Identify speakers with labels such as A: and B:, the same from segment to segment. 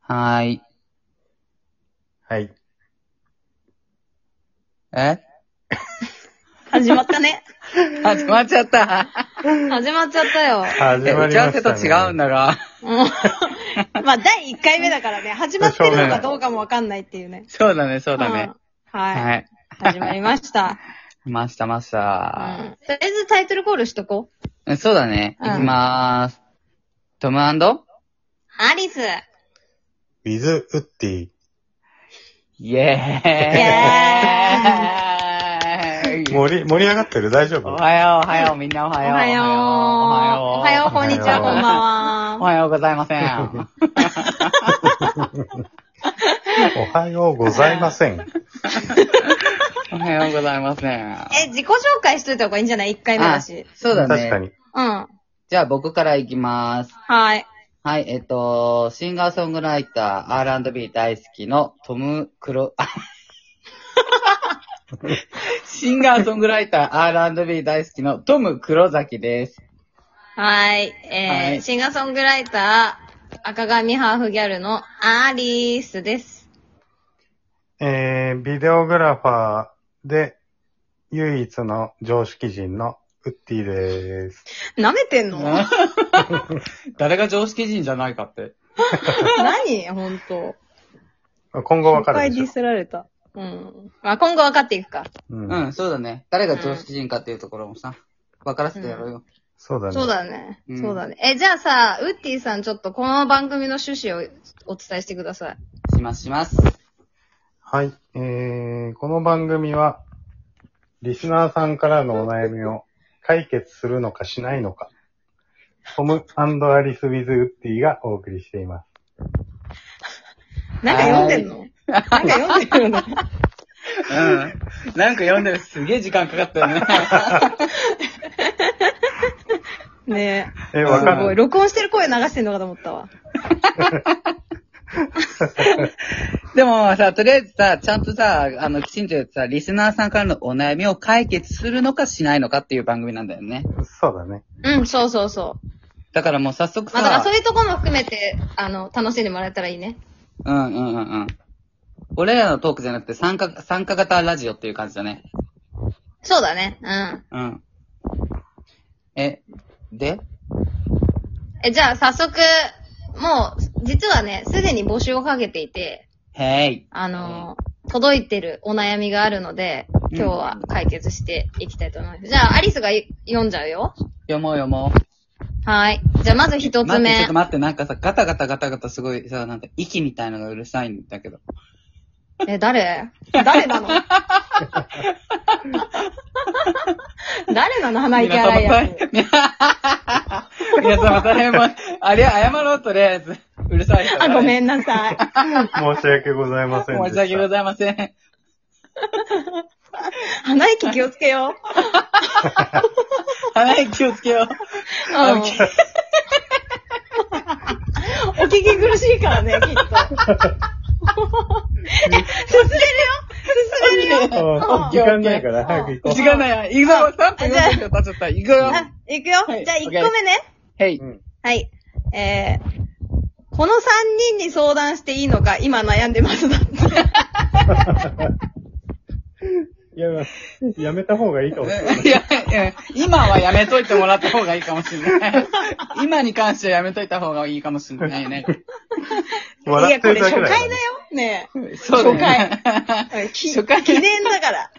A: はーい。
B: はい。
A: え
C: 始まっ たね。
A: 始まっちゃった。
C: 始まっちゃったよ。
B: 始
A: え
B: ま
A: 打
B: り
A: ち合
B: ま
A: わ
B: し
A: せ
B: た、
A: と
B: ね。
A: 違うんだろ。
C: もうまあ、第1回目だからね、始まってるのかどうかもわかんないっていうね。
A: そうだね、そうだね。
C: うん。は。
A: はいい。
C: 始まりました。
A: マスターマス
C: う
A: タ
C: ん。とりあえずタイトルコールしとこう。
A: ー。そうだね。
C: う
A: い
C: ん
A: きまーす。トム
C: アリスイェ
B: ウィズ・ウッディ。
A: イエ
C: ーイ
A: ーイ
B: 盛り、盛り上がってる大丈
A: お
B: 夫
A: はよう、おはよう、みんなおは
C: お
A: よう。
C: はよう。
A: お
C: お
A: は
C: は
A: よ
C: よ
A: う。
C: う、こんにち
B: お
C: は、こ
B: はようん
C: ばん
A: お
C: は。
A: はようございませ ん。
B: おはようございません。
A: おはようございません。
C: え、自己紹介しといた方がいいんじゃない ?1 回目だし。
A: あ そうだね。
B: 確かに。
C: うん。
A: じゃあ僕からいきまーす。
C: はい。
A: はい、えっと、シンガーソングライター、R&B 大好きのトム・クロ、あシンガーソングライター、R&B 大好きのトム・黒崎です。
C: はい。えー
A: はい
C: シンガーソングライター、赤髪ハーフギャルのアリスです。
B: えー、ビデオグラファーで唯一の常識人のウッディです。
C: 舐め てんの
A: 誰が常識人じゃないかって。
C: 何ほんと。
B: 今後わか
C: いっぱ
B: る
C: い
B: で
C: ディ
B: しょ。
C: スられた。うん。まあ、今後分かっていくか。
B: う。
A: うんん、そうだね。誰が常識人かっていうところもさ、分からせてやろうよ。
B: そうだね。
C: そうだね。
A: うん
C: そうだね。え、じゃあさ、ウッディさんちょっとこの番組の趣旨をお伝えしてください。
A: します、します。
B: はい。えー、この番組は、リスナーさんからのお悩みを解決するのかしないのか、トムアリス・ウィズ・ウッディがお送りしています。
C: なんか読んでんのなんか読んでるの
A: うん。なんか読んでるすげえ時間かかったよね。
C: ね
B: え、
C: え。
B: わか
C: すごい。
B: る
C: 録音してる声流してんのかと思ったわ。
A: でもさ、とりあえずさ、ちゃんとさ、あの、きちんとさ、リスナーさんからのお悩みを解決するのかしないのかっていう番組なんだよね。
B: そうだね。
C: うん、そうそうそう。
A: だからもう早速さ、
C: まあ、だからそういうところも含めて、あの、楽しんでもらえたらいいね。
A: うんうんうんうん。俺らのトークじゃなくて参加、参加型ラジオっていう感じだね。
C: そうだね。うん。
A: うん。え、で
C: え、じゃあ早速、もう、実はね、すでに募集をかけていて、
A: へい。
C: あの、届いてるお悩みがあるので、
A: うん
C: 今日は解決していきたいと思います。じゃあ、アリスがい読んじゃうよ。
A: 読もう読もう。
C: はい。じゃあ、まず一つ
A: 待って、ちょっ
C: 目
A: と。待って、なんかさ、ガタガタガタガタすごいさ、なんか息みたいのがうるさいんだけど。
C: え、誰誰なの誰なの鼻 息
A: 皆様
C: 荒いや
A: 大
C: つ。
A: 変、皆様大変もう、あれ、謝ろうとりあえず。うるさい人。
C: あ、ごめんなさい。
B: 申し訳ございませんでした。
A: 申し訳ございません。
C: 鼻息気をつけよう。
A: 鼻に気をつけよう。
C: うんお聞き苦しいからね、 きっと。え、進めるよ進めるよ
B: あ時間ないから早く行こ。。
A: 時間ない。行くぞ
C: あ
A: !3 分40秒経っちゃった。行くよ
C: あ、いくよ。
A: はい
C: じゃあ、1個目ね。
A: へいう
B: うん。
C: はい。えー、この3人に相談していいのか、今悩んでます。だって。
B: いや、やめた方がいいかもしれない。
A: いや、いや今はやめといてもらった方がいいかもしれ ない。今に関してはやめといた方がいいかもしれないね。
B: 笑って
C: い
B: る
C: や、こ
B: だ
C: れ
B: けだから
C: 初回だよ。ね
A: そうだね。
C: え。き
A: 初回
C: 記念だから、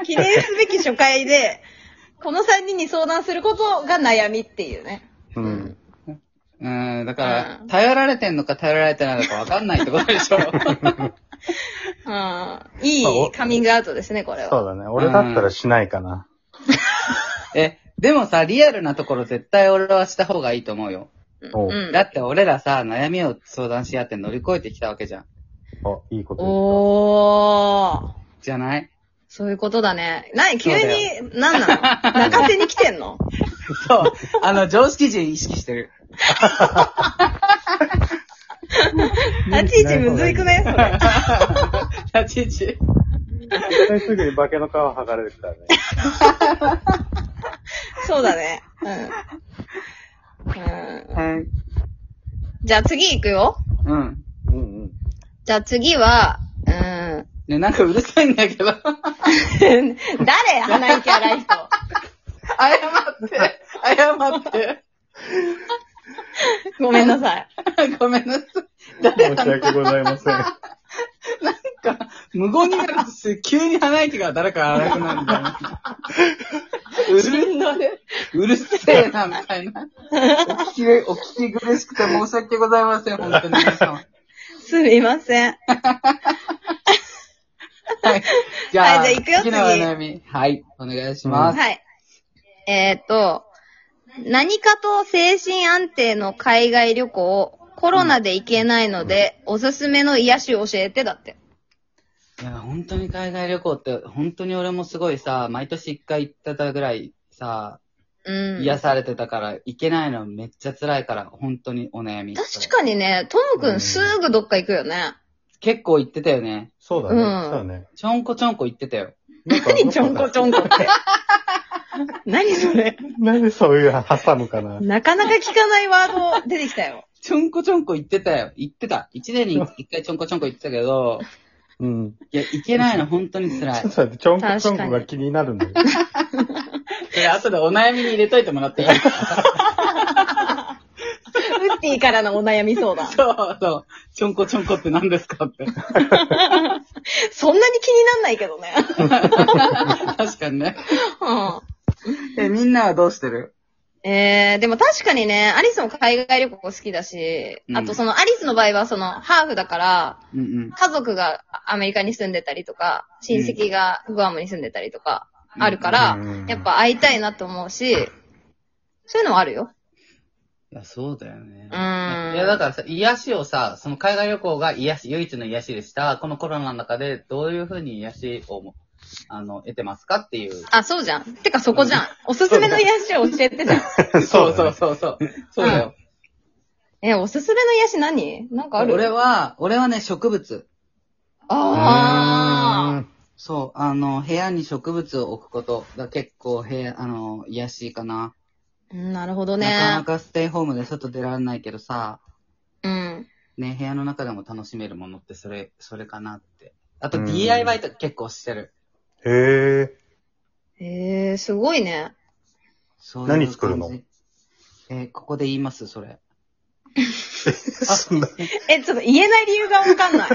C: うん。記念すべき初回で、この3人に相談することが悩みっていうね。
B: うん。
A: うん、だから
C: う、ん
A: 頼られてんのか頼られてないのかわかんないってことでしょ。
C: うん。い
B: まあお
C: いカミングアウトですね、これ
B: そ
C: は。
B: うだね。俺だったらしないかな。
A: え、でもさ、リアルなところ絶対俺はした方がいいと思うよ。
B: おう
C: うん
A: だって俺らさ、悩みを相談し合って乗り越えてきたわけじゃん。
B: お、いいこと言っ
C: おー。
A: じゃない
C: そういうことだね。なに、急
A: そうだ
C: に、なんなの中手に来て んの
A: そう。あの、常識人意識してる。
C: 立ち位置むずいくねそれ。
A: 立ち位置。
B: た。絶対すぐに化けの皮剥がれるからね。
C: そうだね。うん。うん
A: はい。
C: じゃあ次行くよ。
A: うん。
B: うん
C: じゃあ次は、うーん。
A: ね、なんかうるさいんだけど。謝
C: 誰鼻息荒 い人。
A: って、謝って。
C: ごめんなさい。
A: ごめんなさい。
B: 申し訳ございません。
A: なんか、無言になるとす急に鼻息が誰か荒くなるんだよね。う
C: し
A: る、
C: んどい。
A: うるせえな、みたいな。お聞き、お聞き苦しくて申し訳ございません、本当に皆さん。は
C: すみません。
A: い。じゃあ、
C: はいじゃあ行くよ
A: 次のお悩み。はい、お願いします。
C: はい。えっ、と、何かと精神安定の海外旅行、コロナで行けないので、おすすめの癒しを教えてだって。
A: いや、本当に海外旅行って、本当に俺もすごいさ、毎年一回行ってたぐらいさ、
C: うん。
A: 癒されてたから、行けないのめっちゃ辛いから、本当にお悩み。
C: 確かにね、ともくんすぐどっか行くよね。
A: 結構行ってたよね。
B: そうだね。
C: う
B: そ
C: ん
B: うだね。
A: ちょんこちょんこ行ってたよ。
B: なんか
C: 何ちょんこちょん こって。何それ。
B: なんでそういう挟むかな。
C: なかなか聞かないワード出てきたよ。
A: ちょんこちょんこ行ってたよ。行ってた。一年に一回ちょんこちょんこ行ってたけど、
B: うん。
A: いや、行けないの本当に辛
B: ち
A: い
B: ょっ。と待って、ちょんこちょんこが気になるんだよ。
A: それ後でお悩みに入れといてもらっていい
C: ウッディからのお悩み相談。
A: そうそう。ちょんこちょんこって何ですかって。
C: そんなに気になんないけどね。
A: 確かにね。
C: うん。
A: え、みんなはどうしてる
C: えー、でも確かにね、アリスも海外旅行好きだし、
A: うん
C: あとそのアリスの場合はそのハーフだから、
A: うんうん。
C: 家族がアメリカに住んでたりとか、親戚がグアムに住んでたりとか、
A: うん
C: あるから、
B: うん
C: やっぱ会いたいなと思うし、そういうのはあるよ。
A: いや、そうだよね。
C: うん
A: いや、だからさ、癒しをさ、その海外旅行が癒し、唯一の癒しでした。このコロナの中で、どういうふうに癒しをも、あの、得てますかっていう。
C: あ、そうじゃん。てかそこじゃん。おすすめの癒しを教えてじゃん。
B: そうだね
A: そうそう。そうだよ。
C: え、おすすめの癒し何なんかある
A: 俺は、俺はね、植物。
C: あ
A: そう、あの、部屋に植物を置くことが結構、部屋、あの、癒しいかな。
C: ー。うんなるほどね。
A: なかなかステイホームで外出られないけどさ、
C: うん。
A: ね、部屋の中でも楽しめるものってそれ、それかなって。あ
B: う
A: と
B: ん
A: DIY とか結構してる。
B: へえ。
C: えー、すごいね。
A: そういう感じ
B: 何作るの
A: えーここで言います、そ れ。
C: え、ちょっと言えない理由がわかん ない。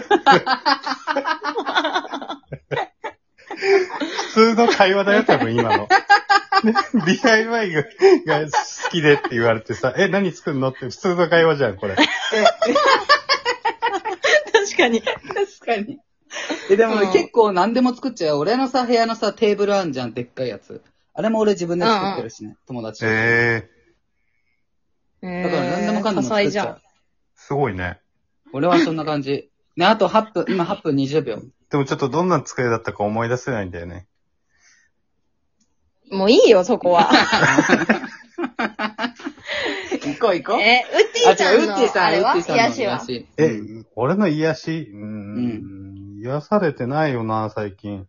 B: 普通の会話だよ、多分今の。DIY がが好きでって言われてさ、え、何作るのって普通の会話じゃん、これ。
C: 確かに。
A: 確かに。え、でもね、
C: うん
A: 結構何でも作っちゃうよ。俺のさ、部屋のさ、テーブルあんじゃん、でっかいやつ。あれも俺自分で作ってるしね、友達と。
B: へえ。
A: だから何でもかんでも作っちゃう。
B: すごいね。
A: 俺はそんな感じ。ね、あと8分、今8分20秒。
B: でもちょっとどんな作りだったか思い出せないんだよね。
C: もういいよ、そこは。
A: 行こう行こう。
C: え、ウッ
A: あ、
C: ディさ
A: 違
C: ん
A: う、ウ
C: の、
A: ッチーさ
C: あ
A: ん、ウ
C: れ
A: ッ
C: は
A: チーさんの
C: 癒
A: 話。
C: しは。
B: え、
A: うん
B: 俺の癒し、うーん、癒されてないよな、最近。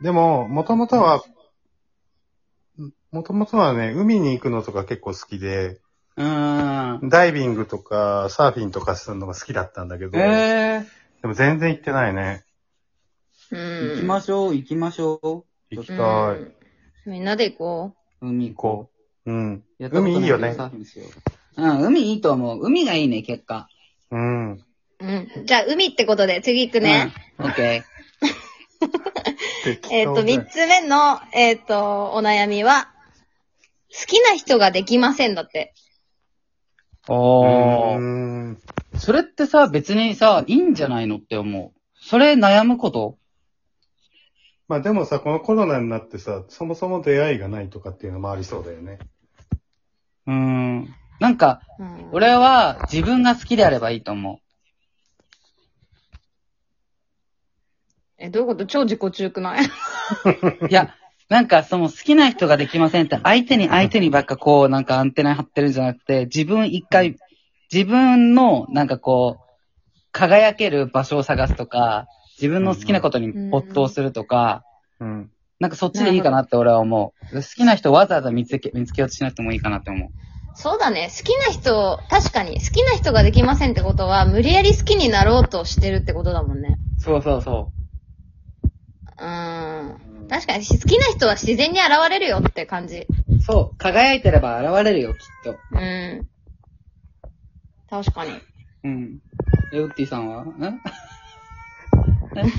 B: でも、もともとは、もともとはね、海に行くのとか結構好きで、
A: うーん。
B: ダイビングとかサーフィンとかするのが好きだったんだけど、
A: え
B: でも全然行ってないね。
C: う
A: えー。行
C: ん。
A: きましょう、行きましょ
B: 行きた
C: う
B: い。
C: ん。みんなで行こ
A: う。海行こ
B: こう。うん。
A: う。やったことな
B: 海いいよね
A: けどサーフィンしよううん、海いいと思う。海がいいね、結果。
B: うん。
C: う。うん。じゃあ、海ってことで、次行くね。
A: うん。オッケ
C: えっ、と、三つ目の、えっ、と、お悩みは、好きな人ができませんだって。
A: ー。
B: う
A: おー。
B: ーん。
A: それってさ、別にさ、いいんじゃないのって思う。それ悩むこと
B: まあでもさ、このコロナになってさ、そもそも出会いがないとかっていうのもありそうだよね。
A: うーん。なんか、
C: うん、
A: 俺は自分が好きであればいいと思
C: え、どういうこと超自己中くな い
A: う。いや、なんかその好きな人ができませんって、相手に相手にばっかこう、なんかアンテナ張ってるんじゃなくて、自分一回、自分の、なんかこう、輝ける場所を探すとか、自分の好きなことに没頭するとか、
B: うん。
A: なんかそっちでいいかなって俺は思う。好きな人わざわざ見つけ、見つけようとしなくてもいいかなって思う。
C: そうだね。好きな人、確かに好きな人ができませんってことは、無理やり好きになろうとしてるってことだもんね。
A: そうそうそう
C: ーん。確かに好きな人は自然に現れるよって感じ。
A: う。そう、輝いてれば現れるよ、きっと。
C: うん。確かに。
A: うん。え、ウッディさんはん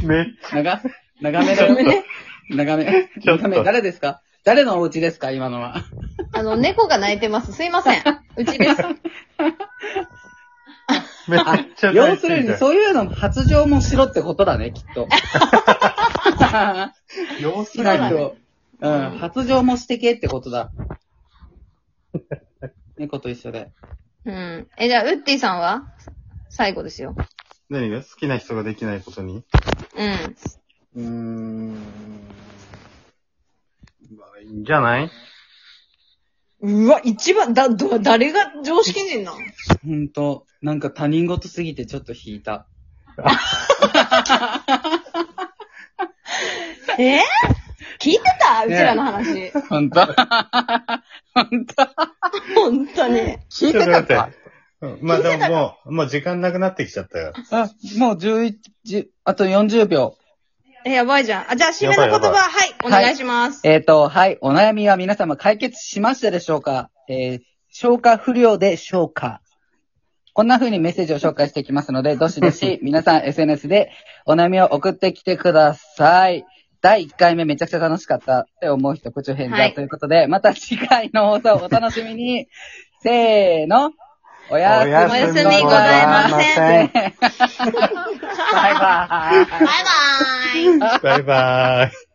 B: めっ
A: 長、長めだよ。長め。
B: ちょっと
A: 長め、誰ですか誰のお家ですか今のは。
C: あ の、猫が鳴いてます。すいま せん。うちです。
B: めっ
A: あ
B: ちゃ、
A: 要
B: 大
A: す
B: 事
A: る
B: じ
A: に、
B: ゃん。
A: そういうの発情もしろってことだね、きっと。
B: 要す
A: し
B: る
C: そ
A: な
C: うだ
A: い
B: に、
A: と。うん、発情もしてけってことだ。猫と一緒で。
C: うん。え、じゃあ、ウッディさんは最後ですよ。
B: 何が好きな人ができないことに
C: う
B: う
C: ん。
B: ーん。まあ、いいんじゃないう
C: わ、一番、だ、ど、誰が常識人なの
A: ほんと、なんか他人事すぎてちょっと引いた。
C: え聞いてたうちらの話。
A: ほんとほんと
C: 本当に。
A: 聞いてたか
B: うんまあでももう、もう時間なくなってきちゃったよ。
A: あ、 もう11、10あと40秒。
C: え、やばいじゃん。あ、じゃあ、締めの言
B: やばいやば
C: 葉、
B: い
C: はい、お願いします。
A: えっ、と、はい、お悩みは皆様解決しましたでしょうかえー消化不良でしょうかこんな風にメッセージを紹介していきますので、どしど し皆さん SNS でお悩みを送ってきてください。第1回目めちゃくちゃ楽しかったって思う人、こっち返
C: は
A: 事
C: い
A: ということで、また次回の放送をお楽しみ に。せーの、おやすみ
C: おやすみございません
B: ん。
A: バイバーイ。
C: バイバーイ。
B: バイバイ。